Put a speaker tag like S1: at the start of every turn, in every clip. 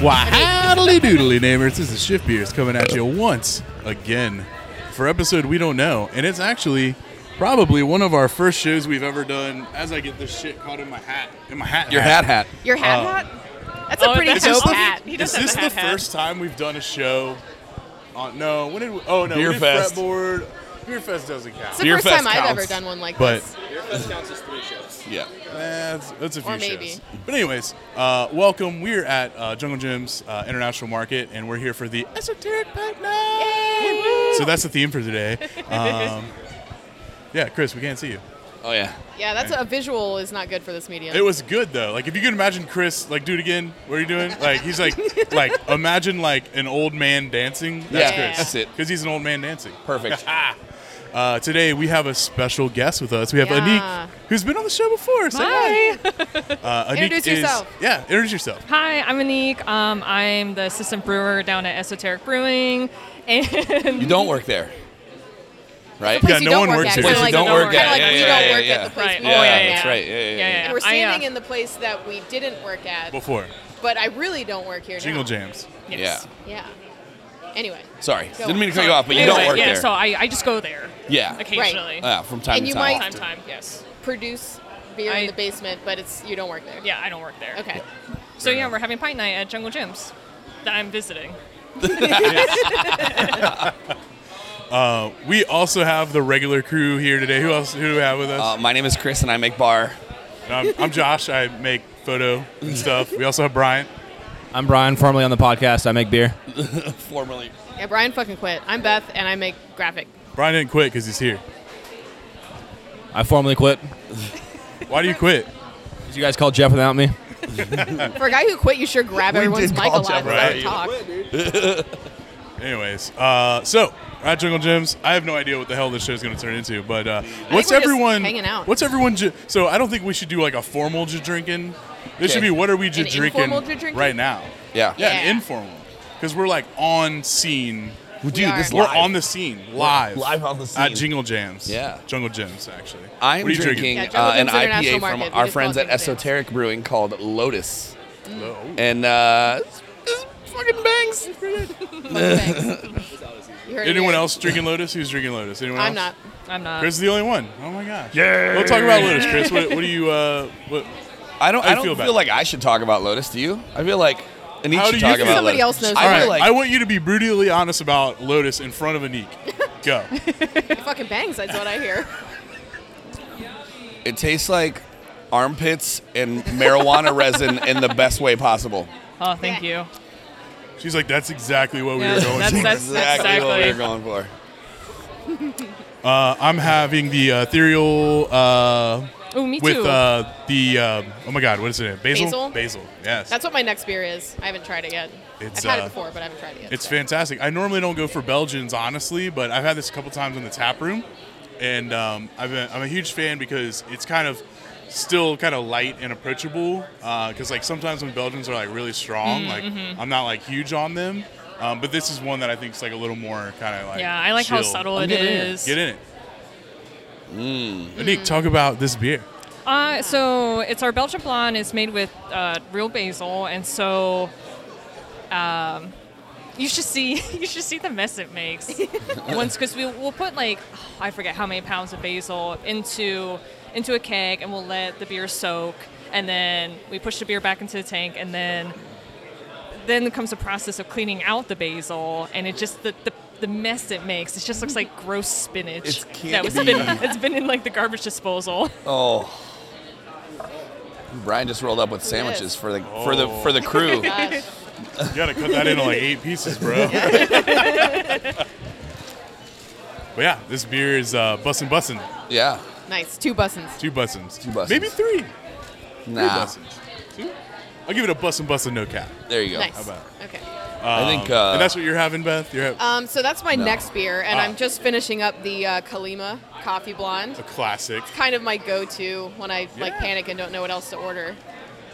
S1: Why, howdly doodly neighbors. This is Shift Beers coming at you once again for episode we don't know. And it's actually probably one of our first shows we've ever done as I get this shit caught in my hat. In my hat.
S2: Your hat hat.
S3: Your hat
S1: Oh.
S3: hat? That's a
S4: Oh,
S3: pretty
S4: that's his
S3: dope
S4: hat.
S3: hat.
S4: He
S1: Is
S4: does have
S1: this
S4: the
S1: the
S4: hat hat.
S1: first time we've done a show? On, no, when did we, oh no,
S2: Beer
S1: we did
S2: Fest.
S1: fretboard. Beer Fest doesn't count.
S3: It's the
S2: Beer
S3: first
S2: Fest
S3: time I've ever
S2: counts.
S3: done one like
S1: But-
S3: this.
S2: Yeah.
S1: Eh, That's, that's a few
S3: Or maybe.
S1: shows. But anyways, uh, welcome. We're at uh, Jungle Jim's uh, International Market, and we're here for the Esoteric Pack Night. So that's the theme for today. Um, yeah, Chris, we can't see you.
S2: Oh yeah.
S3: Yeah, that's a visual is not good for this medium.
S1: It was good though. Like if you could imagine Chris, like, dude, again, what are you doing? Like he's like, like imagine like an old man dancing. That's
S2: Yeah,
S1: Chris.
S2: that's it.
S1: Because he's an old man dancing.
S2: Perfect.
S1: Uh, today we have a special guest with us. We have
S3: Yeah.
S1: Anik, who's been on the show before. Say
S4: Hi.
S1: Uh, Anik
S3: Introduce
S1: is-
S3: yourself.
S1: Yeah, introduce yourself.
S4: Hi, I'm Anique. Um, I'm the assistant brewer down at Esoteric Brewing. And
S2: you don't work there, right?
S3: place
S1: Yeah,
S3: you
S1: no
S3: don't
S1: one
S3: work
S1: works
S3: at.
S1: here.
S3: Kinda
S2: Places
S3: like,
S2: don't
S3: kinda
S2: work
S3: like
S2: at. Yeah,
S3: we
S2: yeah,
S3: don't
S2: yeah,
S3: work
S2: yeah.
S3: at the place
S4: Right.
S3: we
S4: Oh,
S3: work
S4: yeah,
S3: at.
S4: that's
S2: right. Yeah, yeah, yeah.
S4: Yeah,
S3: And we're
S4: I, uh,
S3: standing in the place that we didn't work at,
S1: Before
S3: but I really don't work here
S1: Jingle
S3: now.
S1: Jams.
S4: Yes.
S2: Yeah.
S3: Yeah. Anyway.
S2: Sorry,
S3: Go
S2: didn't mean to cut
S3: on.
S2: you off, but you
S4: Anyway,
S2: don't work
S4: yeah,
S2: there.
S4: So I, I just go there
S2: yeah.
S4: occasionally.
S2: Yeah, from time
S3: And
S2: to
S3: you
S2: time.
S3: might-
S4: Time, time, yes.
S3: Produce beer
S4: I-
S3: in the basement, but it's you don't work there.
S4: Yeah, I don't work there.
S3: Okay.
S4: So yeah, we're having pint night at Jungle Gyms that I'm visiting.
S1: We also have the regular crew here today. Who else? Who do we have with us?
S2: Uh, my name is Chris, and I make bar.
S3: Uh,
S1: I'm, I'm Josh. I make photo and stuff. We also have Brian.
S5: I'm Brian, formerly on the podcast. I make beer.
S2: Formerly.
S3: Yeah, Brian fucking quit. I'm Beth, and I make graphic.
S1: Brian didn't quit because he's here.
S5: I formally quit.
S1: Why do you quit?
S5: Did you guys call Jeff without me?
S3: For a guy who quit, you sure grab
S2: We
S3: everyone's
S2: did
S3: mic a
S2: call
S3: lot
S2: Jeff
S3: and
S1: Right.
S3: let them talk.
S1: Anyways, uh, so we're at Jungle Gyms. I have no idea what the hell this show is going to turn into, but uh, what's
S3: we're just
S1: everyone?
S3: hanging out.
S1: What's everyone? Ju- so I don't think we should do like a formal ju- drinking. This should
S2: Okay.
S1: be what are we ju-
S3: An
S1: drinking,
S3: informal ju- drinking?
S1: right now?
S2: Yeah.
S1: Yeah, an
S3: Yeah.
S1: informal because we're like on scene.
S2: Dude,
S3: We
S2: this
S3: are.
S1: We're
S2: live.
S1: on the scene live,
S2: live on the scene.
S1: at Jingle Jams.
S2: Yeah.
S1: Jungle Jams actually.
S2: I'm
S1: What are you
S2: drinking
S3: Yeah,
S2: uh, an
S3: Jonathan's International
S2: IPA from
S3: Market. We
S2: our
S3: just
S2: friends
S3: call
S2: at
S3: it Jonathan's.
S2: Esoteric Brewing called Lotus,
S1: Oh.
S2: and uh, it's- it's fucking bangs.
S3: You heard it
S1: Anyone
S3: here.
S1: else drinking Lotus? Who's drinking Lotus? Anyone
S3: I'm
S1: else?
S3: not.
S4: I'm not.
S1: Chris is the only one. Oh my gosh. Yeah. We'll talk about Lotus, Chris. What, what do you? Uh, what,
S2: I don't.
S1: How
S2: I
S1: you
S2: don't
S1: feel
S2: feel,
S1: about it?
S2: like I should talk about Lotus. Do you? I feel like Anik
S1: How do
S2: should
S1: you
S2: talk
S1: feel-
S2: about
S3: Somebody
S2: Lotus.
S3: else knows
S2: I
S1: all
S3: about
S2: feel
S1: right.
S2: like
S1: I want you to be brutally honest about Lotus in front of Anik. Go.
S3: It fucking bangs. That's what I hear.
S2: It tastes like armpits and marijuana resin in the best way possible.
S4: Oh, thank
S3: Yeah.
S4: you.
S1: She's like, that's exactly what we
S4: Yeah,
S1: were going
S4: that's-
S1: for.
S4: that's-
S2: what we
S4: exactly.
S2: we're going for.
S1: uh, I'm having the uh, ethereal uh,
S4: Oh, me
S1: with
S4: too.
S1: uh, the uh, oh my god, what is it? Basil.
S3: Basil?
S1: Yes.
S3: That's what my next beer is. I haven't tried it yet.
S1: It's,
S3: I've had
S1: uh,
S3: it before, but I haven't tried it yet.
S1: It's
S3: so.
S1: fantastic. I normally don't go for Belgians, honestly, but I've had this a couple times in the tap room, and um, I've been, I'm a huge fan because it's kind of still kind of light and approachable. Because like sometimes when Belgians are like really strong,
S4: Mm,
S1: like
S4: mm-hmm.
S1: I'm not like huge on them, um, but this is one that I think is like a little more kind of like
S4: yeah, I like how
S1: chill.
S4: subtle
S2: I'm
S4: it
S2: getting in.
S4: is.
S1: Get in it. Monique, talk about this beer.
S4: Uh, so it's our Belgian blonde. It's made with uh, real basil, and so um, you should see you should see the mess it makes. Once because we we'll put like I forget how many pounds of basil into into a keg, and we'll let the beer soak, and then we push the beer back into the tank, and then then comes the process of cleaning out the basil, and it just the, the the mess it makes. It just looks like gross spinach
S2: It's can't
S4: that was
S2: be.
S4: been, it's been in like the garbage disposal.
S2: Oh. Brian just rolled up with sandwiches for the for the for the crew.
S3: Gosh.
S1: You gotta cut that into like eight pieces, bro. but yeah, this beer is uh, bussin' bussin'.
S2: yeah.
S3: nice. Two bussins.
S1: Two bussins.
S2: Two bussins.
S1: Maybe three.
S2: Nah.
S1: Three bussins. Two? I'll give it a bussin' bussin' no cap.
S2: There you go.
S3: Nice.
S1: about
S3: Okay.
S2: I think uh,
S1: Um, and that's what you're having, Beth? You're having
S3: Um, so that's my next beer, and
S1: Ah.
S3: I'm just finishing up the uh, Kalima Coffee Blonde.
S1: a classic.
S3: Kind of my go-to when I like
S1: Yeah.
S3: panic and don't know what else to order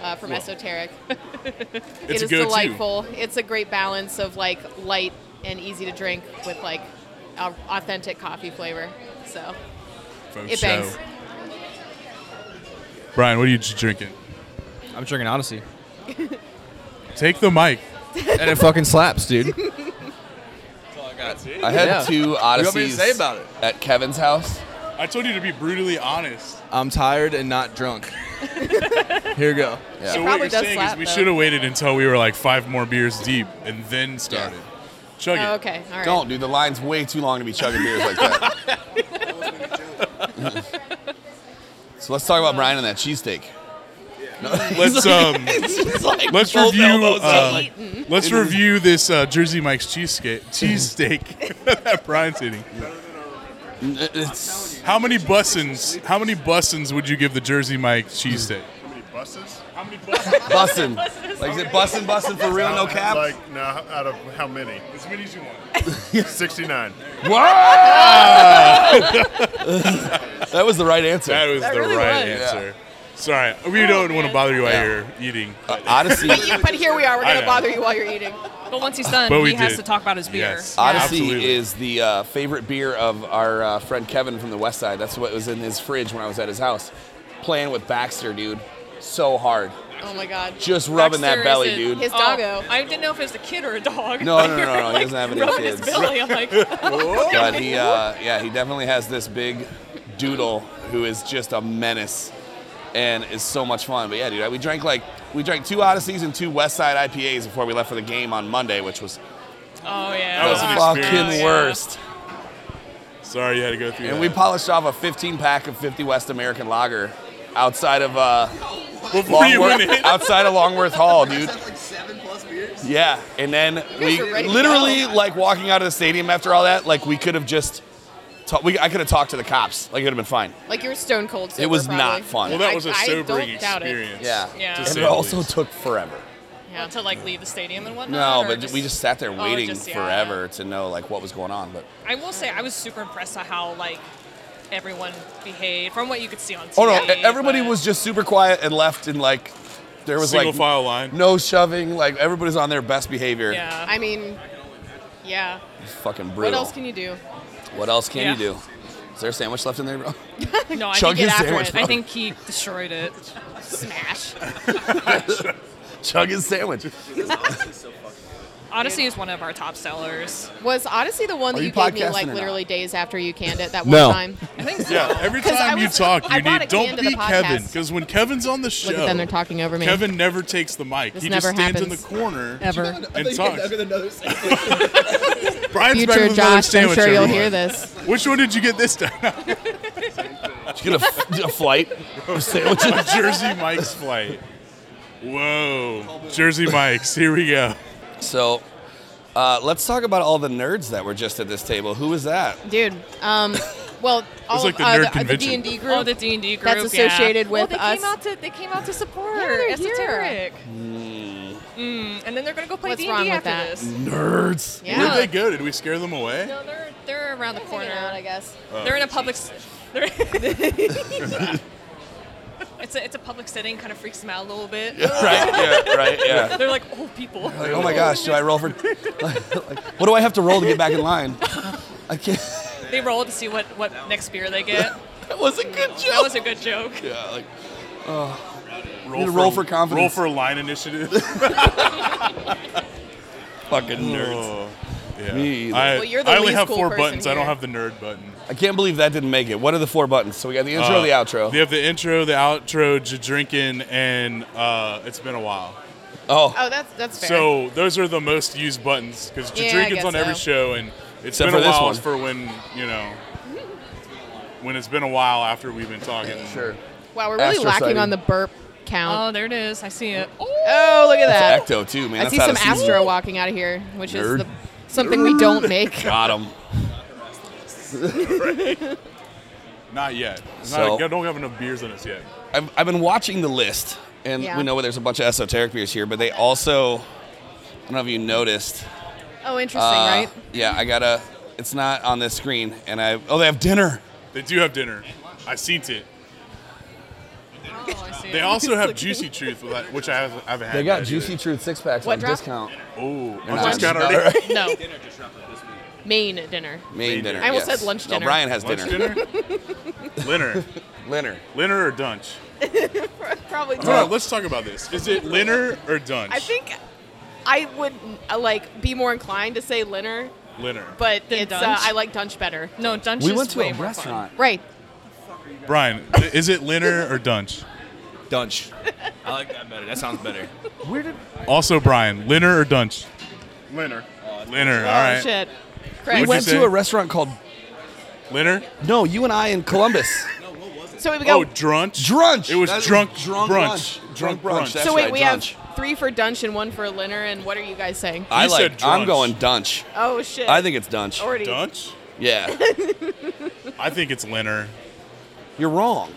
S3: uh, from Esoteric.
S1: It's
S3: it
S1: a
S3: is
S1: go-to.
S3: delightful. It's a great balance of like light and easy to drink with like au- authentic coffee flavor. So
S1: From
S3: it
S1: show.
S3: bangs.
S1: Brian, what are you j- drinking?
S5: I'm drinking Odyssey.
S1: Take the mic.
S5: and it fucking slaps, dude.
S2: I had
S5: Yeah.
S2: two
S6: me
S2: odysseys
S6: to say about it?
S2: at Kevin's house.
S1: I told you to be brutally honest.
S6: I'm tired and not drunk. Here we go.
S2: Yeah.
S1: So what
S3: probably
S1: you're
S3: does
S1: saying
S3: slap,
S1: is we
S3: though.
S1: should have waited until we were like five more beers deep and then started. Chug
S3: Oh,
S1: it.
S3: okay. All right.
S2: Don't, dude. The line's way too long to be chugging beers like that. so let's talk about Brian and that cheesesteak.
S1: Let's um,
S2: It's like
S1: let's
S2: both
S1: review
S2: elbows up.
S1: uh, let's review this uh, Jersey Mike's cheesesteak cheesesteak that Brian's eating.
S2: It's-
S1: How many bussins? How many bussins would you give the Jersey Mike's cheesesteak?
S7: buses?
S1: How many bussins?
S2: bussin'. Like, is it bussin', bussin' for real, no cap?
S7: Like, no, out of how many?
S1: as many as you want.
S7: 69.
S2: that was the right answer.
S1: That was the
S3: really
S1: right
S3: was.
S1: answer. Sorry, we don't want to bother you out here eating.
S2: Uh, Odyssey,
S3: But, you, but here we are. We're
S1: I
S3: going to
S1: know.
S3: bother you while you're eating.
S4: But once he's done,
S1: But we
S4: he has
S1: did.
S4: to talk about his beer.
S1: Yes.
S4: Yeah.
S2: Odyssey
S1: Absolutely.
S2: is the uh, favorite beer of our uh, friend Kevin from the West Side. That's what was in his fridge when I was at his house, playing with Baxter, dude. So hard,
S3: Oh my God.
S2: just rubbing
S4: Baxter
S2: that belly,
S4: isn't-
S2: dude.
S3: His doggo.
S4: I didn't know if it was a kid or a dog.
S2: No, no, no, no, no, he
S4: Like,
S2: doesn't have any
S4: rubbing
S2: kids.
S4: His belly. I'm like, oh,
S2: but he, uh, yeah, he definitely has this big doodle who is just a menace and is so much fun. But yeah, dude, we drank like we drank two Odysseys and two West Side IPAs before we left for the game on Monday, which was
S4: oh yeah.
S1: That was an
S2: the
S1: experience.
S2: fucking
S4: Yeah.
S2: worst.
S1: Sorry, you had to go through
S2: And we
S1: that.
S2: polished off a 15 pack of 50 West American Lager outside of uh,
S1: Before you went
S2: Longworth,
S1: in,
S2: outside of Longworth Hall, dude.
S6: like seven plus beers.
S2: Yeah, and then we
S3: are ready to
S2: literally like walking out of the stadium after all that, like we could have just, ta- we, I could have talked to the cops, like it would have been fine.
S3: Like you were stone cold. Sober,
S2: It was
S3: probably.
S2: not fun.
S1: well, that was a
S3: I- I don't
S1: sobering
S3: doubt it.
S1: experience.
S2: Yeah.
S4: Yeah.
S1: to
S4: And
S2: And
S1: say
S2: it
S1: the
S2: also
S1: least.
S2: took forever.
S4: Yeah, to like leave the stadium and
S2: No,
S4: whatnot. or
S2: but we just sat there
S4: Oh,
S2: waiting
S4: just, yeah.
S2: forever to know like what was going on. But
S4: I will say I was super impressed at how like everyone behaved from what you could see on TV.
S2: oh no, e- everybody
S4: but-
S2: was just super quiet and left, and like there was
S1: single
S2: like
S1: file line.
S2: no shoving. Like everybody's on their best behavior.
S4: Yeah.
S3: I mean, yeah.
S2: It's fucking
S3: What
S2: brutal.
S3: else can you do?
S2: What else can you
S4: Yeah.
S2: do? Is there a sandwich left in there, bro?
S4: no, I
S2: chug
S4: think,
S2: his
S4: it-
S2: sandwich, bro.
S4: I think he destroyed it. Smash.
S2: Chug his sandwich.
S4: Odyssey is one of our top sellers.
S3: Was Odyssey the one
S2: Are
S3: that
S2: you
S3: you, gave me
S2: podcasting
S3: like
S2: or not?
S3: literally days after you canned it that one
S5: No.
S3: time?
S4: I think so.
S1: Yeah, every
S3: 'Cause I
S1: time you
S3: was-
S1: talk,
S3: I
S1: you
S3: brought
S1: need
S3: a
S1: don't
S3: can to the
S1: be Kevin
S3: podcast.
S1: because when Kevin's on the show,
S3: Look at them. They're talking over me.
S1: Kevin never takes the mic.
S3: This
S1: he
S3: never
S1: just stands in
S3: happens.
S1: the corner
S3: ever.
S1: and talks.
S6: another
S1: Brian's back
S3: Future
S1: with another
S3: Josh, I'm
S1: sandwich.
S3: sure you'll
S1: everyone.
S3: hear this.
S1: Which one did you get this time?
S2: Did you get a, f- a flight of sandwiches?
S1: A Jersey Mike's flight. Whoa, Jersey Mike's. Here we go.
S2: So. Uh, let's talk about all the nerds that were just at this table. Who was that?
S3: dude. Um, well, all
S1: like the
S3: of,
S1: nerd
S3: uh, the
S1: convention.
S3: D and D group.
S4: Oh, the D and D group
S3: That's associated
S4: yeah.
S3: with
S4: well,
S3: us.
S4: they Came out to, they came out to support
S3: Yeah, they're here.
S4: Esoteric.
S2: Hmm.
S4: Mm, and then they're gonna go play
S3: What's
S4: D and
S3: wrong
S4: D
S3: with
S4: after
S3: that?
S4: this.
S2: Nerds.
S3: yeah,
S1: Where'd they go? Did we scare them away?
S4: No, they're they're around the corner.
S3: Hanging out, I guess.
S2: Oh.
S4: They're in a public. s- They're it's a it's a public setting. Kind of freaks them out a little bit.
S2: Right. Yeah. Right. Yeah.
S4: They're like, oh, people.
S2: Like, oh my gosh, do I roll for? like, what do I have to roll to get back in line? I can't.
S4: They roll to see what what next beer they get.
S2: That was a good joke.
S4: That was a good joke.
S2: yeah, like,
S1: Roll
S2: Need to roll for confidence.
S1: Roll for line initiative.
S2: fucking nerds.
S1: Oh, yeah.
S2: Me either.
S1: I,
S3: Well, you're the
S1: I only
S3: least
S1: have
S3: cool
S1: four
S3: person
S1: buttons. I don't
S3: here.
S1: have the nerd button.
S2: I can't believe that didn't make it. What are the four buttons? So we got the intro,
S1: Uh,
S2: the outro.
S1: They have the intro, the outro, j- drinking, and uh, it's been a while.
S2: oh,
S3: Oh, that's that's fair.
S1: So those are the most used buttons because
S3: Yeah, I
S1: drinking's
S3: guess
S1: on every
S3: so.
S1: show, and it's
S2: Except
S1: been a
S2: for this
S1: while
S2: one.
S1: for when you know when it's been a while after we've been talking.
S2: sure.
S3: wow, we're really
S2: Astro
S3: lacking
S2: sighting.
S3: on the burp count.
S4: Oh, there it is. I see it. Oh,
S3: Oh, look at that!
S2: Ecto too, man.
S3: I
S2: That's
S3: see
S2: out
S3: some
S2: of season.
S3: Astro walking out of here, which
S2: Nerd.
S3: is the, something we don't make.
S2: Got him.
S1: Not yet. It's
S2: So-
S1: Not, I don't have enough beers in us yet.
S2: I've, I've been watching the list, and
S3: Yeah.
S2: we know there's a bunch of esoteric beers here, but they also, I don't know if you noticed.
S3: Oh, interesting,
S2: uh,
S3: right?
S2: Yeah, I gotta. It's not on this screen, and I. Oh, they have dinner.
S1: They do have dinner. I seen it.
S4: Oh, I see
S1: They
S4: it.
S1: also have Juicy Truth, with that- which I haven't, I haven't had. yet either.
S2: Truth six packs
S3: What on drop?
S2: discount.
S1: Oh, I
S2: not-
S1: just got
S2: not
S1: already.
S2: alright.
S3: No. Main dinner.
S2: Main dinner.
S3: I almost
S2: yes.
S3: said lunch
S2: No,
S3: dinner.
S2: Brian has
S1: Lunch
S2: dinner.
S1: dinner? Linner.
S2: Dinner.
S1: Linner or Dunch?
S3: Probably.
S1: No, no, let's talk about this. Is it Linner or Dunch?
S3: I think I would uh, like be more inclined to say Linner,
S1: Leonard.
S3: but
S4: Than
S3: it's uh,
S4: Dunch?
S3: I like Dunch better.
S4: No, Dunch
S2: We
S4: is
S2: went to
S4: way
S2: a
S4: more fun.
S2: restaurant.
S3: Right.
S1: Brian, is it Leonard or Dunch?
S5: Dunch. I like that better. That sounds better.
S2: Where did
S1: Also, Brian, Leonard or Dunch?
S7: Leonard.
S1: Leonard, all
S3: Oh
S1: right.
S3: shit.
S2: we
S3: Correct.
S1: What'd you
S2: went
S1: say?
S2: to a restaurant called
S1: Leonard?
S2: No, you and I in Columbus.
S3: so we go.
S1: Oh, Drunch?
S2: Drunch.
S1: It was
S2: That-
S1: drunk
S2: drunk
S1: brunch.
S2: brunch.
S1: Drunk
S2: Drunk
S1: brunch.
S2: brunch, that's
S3: so wait,
S2: right,
S3: we
S2: Dunch.
S3: have three for Dunch and one for Linner. And what are you guys saying?
S2: I
S1: You
S2: like.
S1: said
S2: I'm
S1: Drunch.
S2: going Dunch.
S3: Oh shit.
S2: I think it's Dunch.
S3: already.
S1: Dunch?
S2: Yeah,
S1: I think it's Leonard.
S2: you're wrong.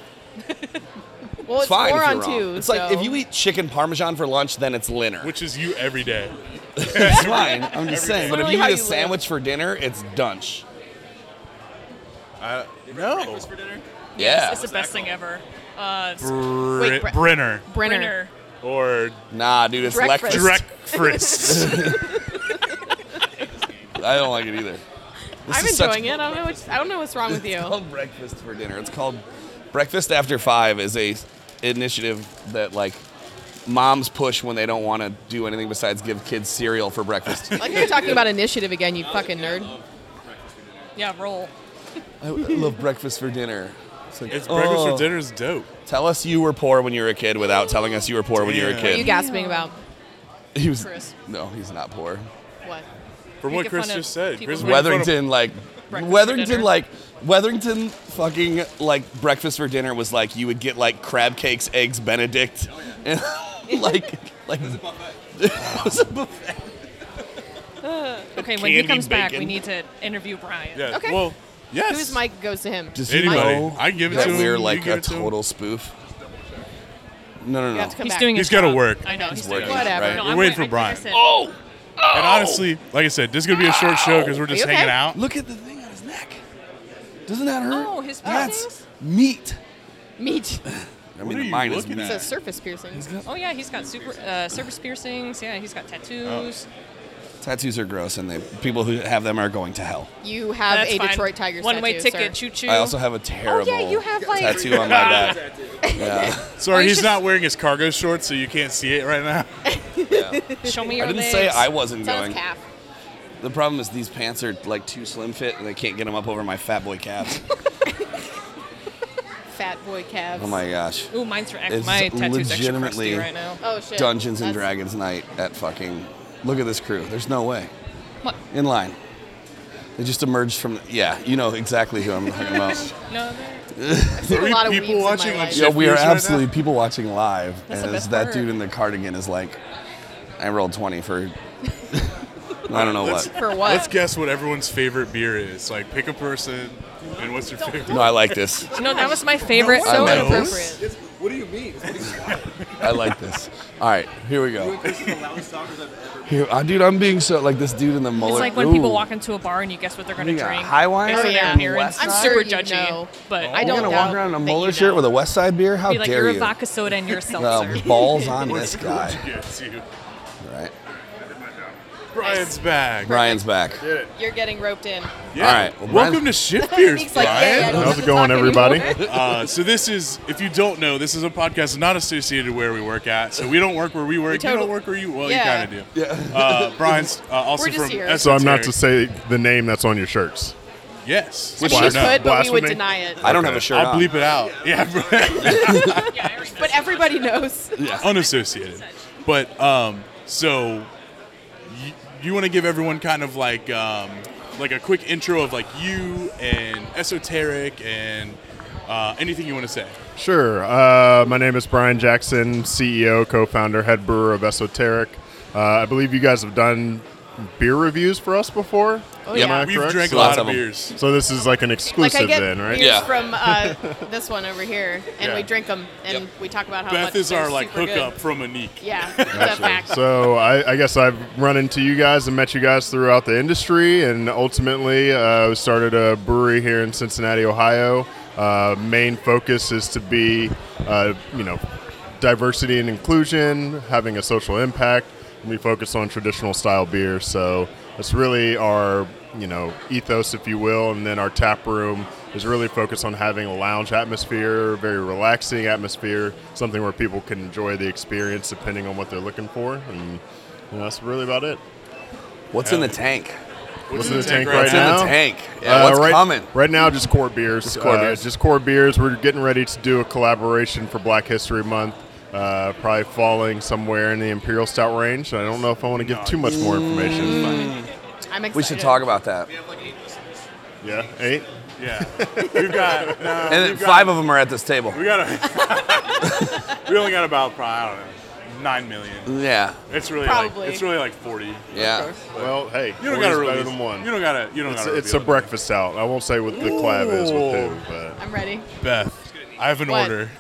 S3: Well, it's,
S2: It's fine
S3: four
S2: if
S3: on
S2: you're wrong.
S3: two.
S2: It's like if
S3: so-
S2: you eat chicken parmesan for lunch, then it's Linner.
S1: Which is you every day.
S2: It's fine. I'm just saying. But if
S3: Literally
S2: you
S3: how
S2: eat a
S3: you live.
S2: sandwich for dinner, it's Dunch.
S3: Uh,
S1: No.
S2: Yeah.
S4: It's the best thing ever. Uh, it's
S1: Bre-
S3: Wait, Bre-
S1: Brenner.
S3: Brenner.
S4: Brenner.
S1: Or
S2: Nah, dude, it's
S3: Breakfast.
S2: breakfast.
S1: Breakfast.
S2: I don't like it either. This
S3: I'm
S2: is such-
S3: enjoying it. I don't know. What's, I don't know what's wrong with
S2: It's
S3: you.
S2: called breakfast for dinner. It's called breakfast after five is a initiative that like moms push when they don't want to do anything besides give kids cereal for breakfast.
S3: Like you're talking about initiative again, you fucking nerd.
S4: Yeah, roll.
S2: I love breakfast for dinner. It's, like,
S1: it's breakfast
S2: oh.
S1: for dinner is dope.
S2: Tell us you were poor when you were a kid without telling us you were poor when you were a
S1: Damn.
S3: What are you
S2: kid.
S3: gasping about?
S2: He was
S4: Chris.
S2: no, he's not poor.
S3: What?
S1: From
S4: Making
S1: what Chris
S4: fun of
S1: just said.
S4: people
S1: Chris
S4: who-
S1: made fun of-
S2: Weatherington like
S4: for
S2: Weatherington
S4: dinner.
S2: like Weatherington fucking like breakfast for dinner was like you would get like crab cakes, eggs Benedict, and like like it was a buffet.
S4: Okay, when he
S2: Candy
S4: comes back, we
S2: bacon.
S4: need to interview Brian.
S1: Yeah.
S3: Okay.
S1: Well, yes.
S3: Who's Mike goes to him?
S2: Does
S1: Anybody.
S2: he know
S1: I give it
S2: that
S1: to him,
S2: we're
S1: you
S2: like
S1: give
S2: a
S1: it to him.
S2: total spoof? No, no,
S3: You
S2: no.
S3: have to come
S4: He's
S3: back.
S4: doing
S1: He's
S4: his job.
S1: gotta work.
S4: I know. He's
S2: working,
S4: doing his job.
S3: Whatever.
S4: No,
S1: We're
S4: I'm
S1: waiting
S4: wait-
S1: for
S4: I- like I
S1: Brian.
S4: said,
S2: Oh,
S1: And honestly, like I said, this is gonna be a short show because we're just
S3: okay?
S1: hanging out.
S2: look at the thing on his neck. Doesn't that hurt?
S4: Oh, his
S2: That's
S4: piercings?
S2: meat.
S3: Meat.
S2: I
S1: What
S2: mean,
S1: are you
S2: mine is
S1: looking
S2: meat.
S3: It's a surface piercing.
S4: Oh yeah, he's got super uh, surface piercings. Yeah, he's got tattoos.
S2: Oh. Tattoos are gross, and they, people who have them are going to hell.
S3: You have
S4: That's
S3: a
S4: fine.
S3: Detroit Tigers
S4: One-way
S3: tattoo,
S4: ticket,
S3: sir.
S4: choo-choo.
S2: I also have a terrible
S4: Oh, you have, like-
S2: tattoo on my back. Yeah.
S1: Sorry,
S4: Oh,
S1: he's
S4: he's
S1: not
S4: just-
S1: wearing his cargo shorts, so you can't see it right now.
S4: Show me
S2: I
S4: your
S2: didn't
S4: legs.
S2: say I wasn't
S3: It's on his
S2: going.
S3: calf.
S2: The problem is these pants are like too slim fit, and they can't get them up over my fat boy calves.
S3: Fat boy calves.
S2: oh my gosh!
S4: Ooh, mine's for
S2: It's
S4: my tattoo's extra
S2: legitimately-
S4: crusty right now.
S3: Oh shit.
S2: Dungeons and
S3: That's-
S2: Dragons night at fucking. Look at this crew. There's no way.
S4: What?
S2: In line. They just emerged from. Yeah, you know exactly who I'm talking about.
S4: No, they're-
S3: There's a lot of
S1: people
S3: weebs in my
S1: watching on
S3: life.
S1: shit.
S2: yeah, we are
S1: Right now?
S2: absolutely people watching live,
S4: That's the
S2: and as
S4: best
S2: that
S4: part.
S2: dude in the cardigan is like, I rolled 20 for. I don't know
S1: Let's-
S2: what.
S3: For what?
S1: Let's guess what everyone's favorite beer is. Like, pick a person, and what's your favorite?
S2: No, I like this.
S4: no, that was my favorite.
S2: I
S4: so
S2: know.
S4: inappropriate.
S8: What do you mean? It's one of
S2: I like this. All right, here we go.
S8: the loudest talkers I've ever
S2: Here, uh, dude, I'm being so like this dude in the mullet.
S4: It's like when people
S2: Ooh.
S4: walk into a bar and you guess what they're gonna
S2: You got
S4: drink.
S2: high wire?
S4: Based
S3: Oh,
S4: on their
S3: yeah.
S4: appearance,
S2: West
S4: I'm
S2: side?
S4: super
S3: I'm sure you
S4: judgy.
S3: know.
S4: But
S3: I
S4: I
S2: You're
S3: don't
S4: don't
S2: gonna
S3: know.
S2: walk around in a
S3: that you
S2: Mueller shirt
S3: know.
S2: with a West Side beer? How
S4: be like
S2: dare
S4: you're
S2: you?
S4: a vodka soda and you're a seltzer.
S2: Uh, balls on
S1: What's-
S2: this guy.
S1: what'd you guess, you?
S2: All right,
S1: Brian's back.
S2: Brian's back.
S3: You're getting roped in.
S1: Yeah.
S2: All right, well,
S1: Welcome
S2: Brian-
S1: to Shift Beers,
S3: Nick's like, yeah,
S1: Brian.
S3: yeah, I don't
S7: How's
S3: have
S7: it
S3: to
S7: going,
S3: talk
S7: everybody?
S3: anymore.
S1: Uh, so this is, if you don't know, this is a podcast not associated where we work at. So we don't work where we work. you
S3: total-
S1: don't work where you. Well,
S3: Yeah.
S1: you kind of do. Yeah. Uh, Brian's uh, also
S3: We're just
S1: from.
S3: here.
S7: So I'm not to
S1: Esoteric.
S7: say the name that's on your shirts.
S1: Yes.
S3: I mean, you
S7: Blast-
S3: could, but we would
S7: blasphemy?
S3: deny it.
S2: I don't have a shirt
S1: I'll
S2: on.
S1: bleep it out. Yeah.
S3: But everybody knows.
S1: unassociated. But um, so you, you want to give everyone kind of like um, like a quick intro of like you and esoteric and uh, anything you want to say.
S7: Sure. Uh, my name is Brian Jackson, CEO, co-founder, head brewer of Esoteric. Uh, I believe you guys have done beer reviews for us before.
S3: Oh,
S2: Yep.
S3: yeah.
S7: I
S1: We've
S7: correct?
S1: drank a
S2: Lots
S1: lot of
S2: of 'em.
S1: beers.
S7: So this is like an
S3: Like I
S7: exclusive
S3: get
S7: then, right?
S3: beers
S2: Yeah.
S3: from uh, this one over here, and we drink them, and
S2: Yep.
S3: we talk about how much
S1: Beth is
S3: they're
S1: our like
S3: super good.
S1: hookup from Anique.
S3: Yeah, that's a fact.
S7: So I, I guess I've run into you guys and met you guys throughout the industry, and ultimately uh, started a brewery here in Cincinnati, Ohio. Uh, main focus is to be, uh, you know, diversity and inclusion, having a social impact. And we focus on traditional style beer, so that's really our you know ethos, if you will. And then our tap room is really focused on having a lounge atmosphere, very relaxing atmosphere, something where people can enjoy the experience depending on what they're looking for. And And that's really about it.
S2: What's in the tank?
S7: What's in the tank
S2: What's in
S7: right now?
S2: the tank? Yeah,
S7: Uh,
S2: what's
S7: right,
S2: coming?
S7: Right now, just core beers.
S2: Just core
S7: Uh,
S2: beers.
S7: just core beers. We're getting ready to do a collaboration for Black History Month. Uh, probably falling somewhere in the Imperial Stout range. I don't know if I want to give too much more information.
S3: I'm excited.
S2: We should talk about that.
S7: Yeah, eight.
S1: Yeah, we've got no,
S2: And then
S1: we've
S2: five
S1: got,
S2: of them are at this table.
S1: We got a, we only got about probably I don't know nine million.
S2: Yeah,
S1: It's really
S3: Probably.
S1: like it's really like forty.
S2: yeah.
S7: Well, hey,
S1: You don't
S7: four
S1: gotta
S7: is
S1: release.
S7: better than one.
S1: You don't gotta. You don't
S7: it's
S1: gotta.
S7: it's a
S1: reveal it.
S7: breakfast out. I won't say what the collab is with him, but
S3: I'm ready.
S1: Beth, I have an
S3: What?
S1: order.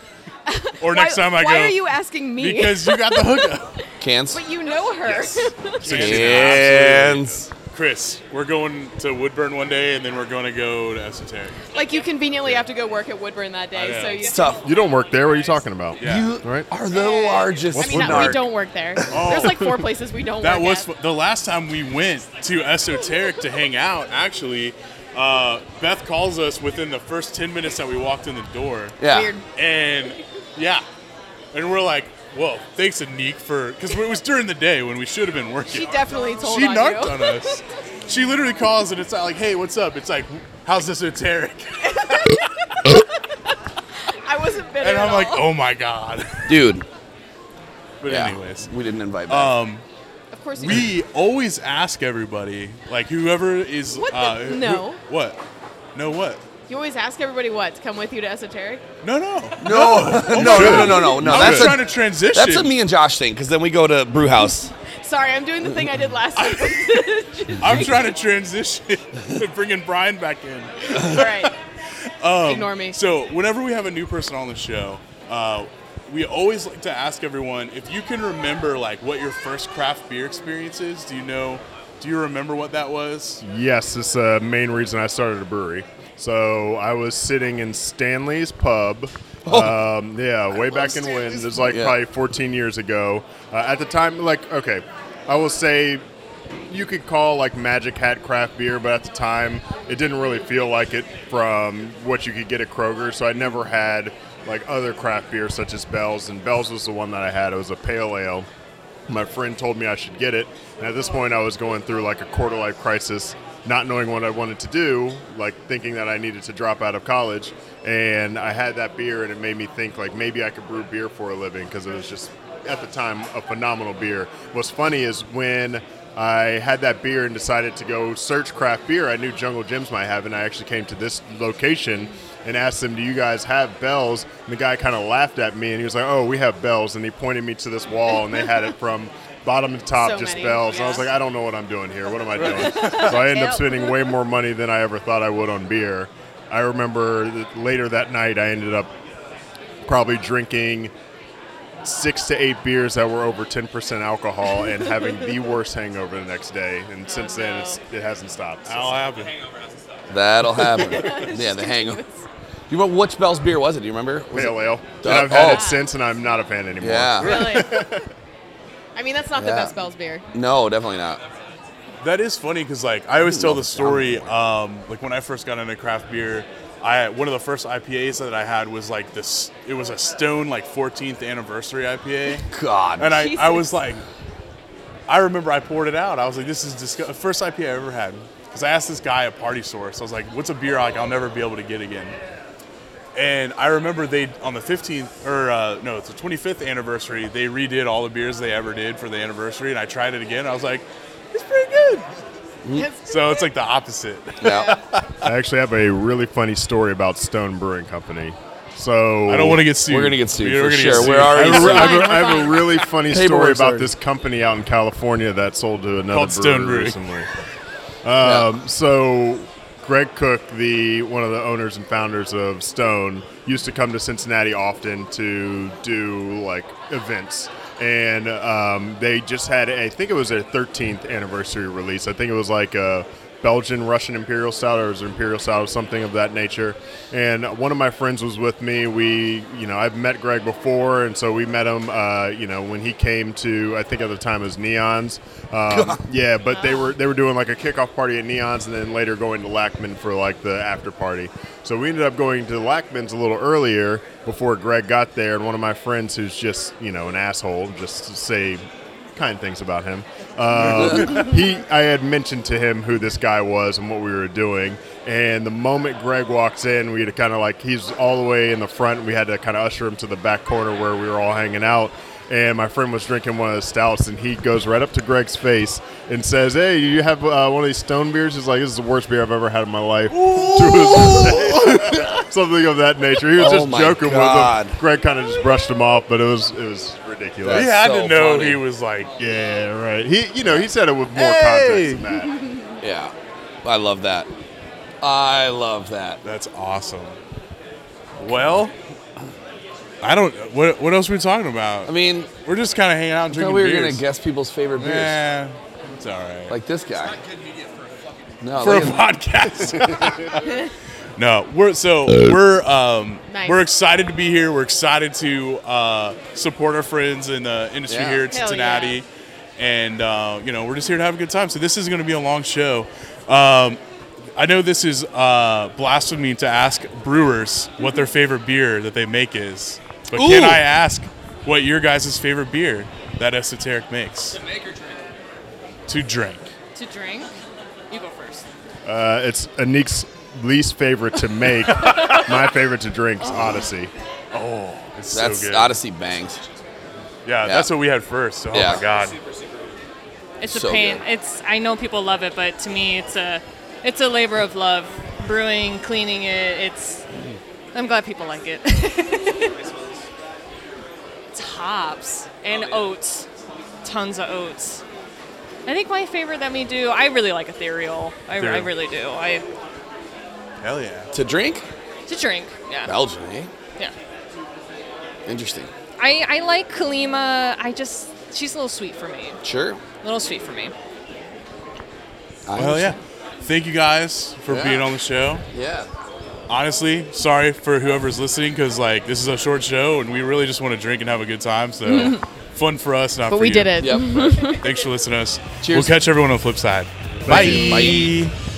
S1: Or next
S3: why,
S1: time I
S3: why
S1: go,
S3: are you asking me?
S1: because you got the hookup.
S2: Cans.
S3: but you know her.
S1: So you should absolutely-
S2: Cans.
S1: Chris, we're going to Woodburn one day, and then we're going to go to Esoteric.
S3: like you conveniently have to go work at Woodburn that
S1: I know.
S3: day, so you.
S2: It's tough.
S7: you don't work there. What are you talking about?
S1: Yeah.
S2: You
S7: Right.
S2: are the largest.
S3: I mean, not,
S2: narc.
S3: we don't work there. There's like four places we don't
S1: Oh. That
S3: work
S1: was
S3: at.
S1: fu- the last time we went to Esoteric to hang out. Actually, uh, Beth calls us within the first ten minutes that we walked in the door,
S2: Yeah.
S3: Weird.
S1: and yeah, and we're like, "Whoa, thanks, Anique, for because it was during the day when we should have been working."
S3: She definitely told
S1: she
S3: on
S1: narked
S3: you.
S1: on us. She literally calls and it's not like, "Hey, what's up?" It's like, "How's Esoteric?"
S3: I wasn't bitter
S1: And
S3: at
S1: I'm like,
S3: all.
S1: "Oh my god!"
S2: Dude.
S1: But
S2: Yeah.
S1: anyways,
S2: We didn't invite back.
S3: Of course
S1: oh,
S3: you.
S1: we always ask everybody, like whoever is.
S3: What the-
S1: uh, who-
S3: no.
S1: what? No what?
S3: You always ask everybody what to come with you to esoteric.
S1: No no.
S2: no, no, no, no, no, no, no.
S1: I was
S2: Oh, That's
S1: Oh, trying
S2: a,
S1: to transition.
S2: that's a me and Josh thing, because then we go to brew house.
S3: Sorry, I'm doing the thing I did last week.
S1: I'm trying to transition to bringing Brian back in.
S3: all right. Ignore me.
S1: Um, So whenever we have a new person on the show, uh, we always like to ask everyone if you can remember like what your first craft beer experience is. Do you know? Do you remember what that was?
S7: Yes, it's the main reason I started a brewery. So I was sitting in Stanley's Pub. Um, yeah, way back in when. It was like
S2: Yeah.
S7: probably 14 years ago. Uh, at the time, like, okay, I will say you could call like Magic Hat craft beer, but at the time it didn't really feel like it from what you could get at Kroger. So I never had like other craft beer such as Bell's, and Bell's was the one that I had. It was a pale ale. My friend told me I should get it, and at this point I was going through like a quarter life crisis, not knowing what I wanted to do, like thinking that I needed to drop out of college. And I had that beer, and it made me think like maybe I could brew beer for a living because it was just at the time a phenomenal beer. What's funny is when I had that beer and decided to go search craft beer. I knew Jungle Jim's might have, and I actually came to this location and asked them, "Do you guys have bells?" And the guy kind of laughed at me, and he was like, "Oh, we have bells," and he pointed me to this wall, and they had it from bottom to top,
S3: So
S7: just
S3: many,
S7: bells. And I was
S3: yeah.
S7: like, "I don't know what I'm doing here. What am I doing?" so I ended up
S3: Yep.
S7: spending way more money than I ever thought I would on beer. I remember that later that night, I ended up probably drinking six to eight beers that were over 10% alcohol and having the worst hangover the next day.
S3: Oh,
S7: And since then, it's, it hasn't stopped.
S1: That'll happen.
S2: That'll happen. yeah, the hangover. You remember which Bell's beer was it? Do you remember? Was
S7: Pale ale. And
S2: Uh,
S7: I've had
S2: oh.
S7: it since, and I'm not a fan
S2: it?
S7: anymore.
S2: Yeah.
S3: Really. I mean, that's not the
S2: Yeah.
S3: best Bell's beer.
S2: No, definitely not.
S1: That is funny because like I always tell the story. Um, like when I first got into craft beer, I one of the first IPAs that I had was like this. It was a Stone like 14th anniversary IPA,
S2: God.
S1: and I, I
S3: Jesus.
S1: was like, I remember I poured it out. I was like, this is disgusting. First IPA I ever had. Because I asked this guy at Party Source, I was like, what's a beer like I'll never be able to get again. And I remember they on the 15th or uh, no, it's the 25th anniversary. They redid all the beers they ever did for the anniversary, and I tried it again. I was like, it's pretty good.
S3: That's-
S1: So it's like the opposite.
S2: Yeah.
S7: I actually have a really funny story about Stone Brewing Company. So
S1: I don't want to get sued.
S2: We're gonna get sued
S1: We're
S2: for
S1: gonna
S2: sure.
S1: get sued.
S2: We're
S7: I
S2: already.
S7: have, a,
S2: sued.
S7: I have a- I have a really funny story
S2: Paperwork, sorry.
S7: about this company out in California that sold to another
S1: Called Stone
S7: brewery
S1: Brewery.
S7: recently. Um, So, Greg Cook, the one of the owners and founders of Stone, used to come to Cincinnati often to do like events. And um, they just had, I think it was their 13th anniversary release. I think it was like a Belgian Russian Imperial Stout or it was an Imperial Stout or something of that nature. And one of my friends was with me. We, you know, I've met Greg before, and so we met him, uh, you know, when he came to, I think at the time it was Neons. Um, yeah, but they were they were doing like a kickoff party at Neons, and then later going to Lackman for like the after party. So we ended up going to Lackman's a little earlier before Greg got there, and one of my friends who's just you know an asshole, just to say kind things about him. Um, he, I had mentioned to him who this guy was and what we were doing. And the moment Greg walks in, we had to kind of like he's all the way in the front. We had to kind of usher him to the back corner where we were all hanging out. And my friend was drinking one of the stouts, and he goes right up to Greg's face and says, "Hey, you have uh, one of these stone beers?" He's like, "This is the worst beer I've ever had in my life." To his face. Something of that nature. He was
S2: Oh
S7: just
S2: my
S7: joking
S2: God.
S7: with him. Greg kind of just brushed him off, but it was it was ridiculous.
S1: He
S2: That's
S1: had
S2: so
S1: to know
S2: funny.
S1: he was like,
S7: Yeah, right. He, you know, he said it with more
S1: Hey!
S7: context than that.
S2: Yeah, I love that. I love that.
S1: "That's awesome." Well, I don't. What, what else are we talking about?
S2: I mean,
S1: we're just kind of hanging out and
S2: I thought
S1: drinking
S2: we were
S1: beers.
S2: gonna guess people's favorite beers,
S1: Yeah, it's all right.
S2: like this guy. No,
S1: for a
S2: look at-
S1: podcast. no, we're so we're um,
S3: Nice.
S1: we're excited to be here. We're excited to uh, support our friends in the industry
S2: Yeah.
S1: here in
S3: Hell
S1: Cincinnati, and uh, you know we're just here to have a good time. So this is going to be a long show. Um, I know this is uh, blasphemy to ask brewers what their favorite beer that they make is, but can
S2: Ooh.
S1: I ask what your guys' favorite beer that Esoteric makes? To make or drink. To drink.
S4: To drink, you go first.
S7: Uh, it's Anik's least favorite to make. My favorite to drink is Odyssey.
S1: Oh, It's
S2: that's
S1: so good.
S2: Odyssey bangs.
S1: Yeah,
S2: Yeah.
S1: that's what we had first. Oh
S2: Yeah.
S1: my god.
S4: It's
S2: So
S4: a pain.
S2: good.
S4: It's I know people love it, but to me, it's a it's a labor of love. Brewing, cleaning it. It's I'm glad people like it. it's hops and oats, tons of oats. I think my favorite that we do. I really like ethereal. I, I
S1: Ethereal.
S4: really do. I
S1: Hell yeah.
S2: To drink,
S4: to drink. Yeah,
S2: Belgian. Eh?
S4: yeah.
S2: Interesting.
S4: I I like Kalima. I just she's a little sweet for me.
S2: Sure.
S4: A little sweet for me.
S2: I
S1: Well, yeah.
S2: understand.
S1: Thank you guys for
S2: Yeah.
S1: being on the show.
S2: Yeah.
S1: Honestly, sorry for whoever's listening because like this is a short show and we really just want to drink and have a good time. So fun for us, not
S3: But
S1: for
S3: we
S1: you.
S3: did it.
S2: Yep.
S1: Thanks for listening to us.
S2: Cheers.
S1: We'll catch everyone on the flip side.
S2: Bye. Bye.
S1: Bye.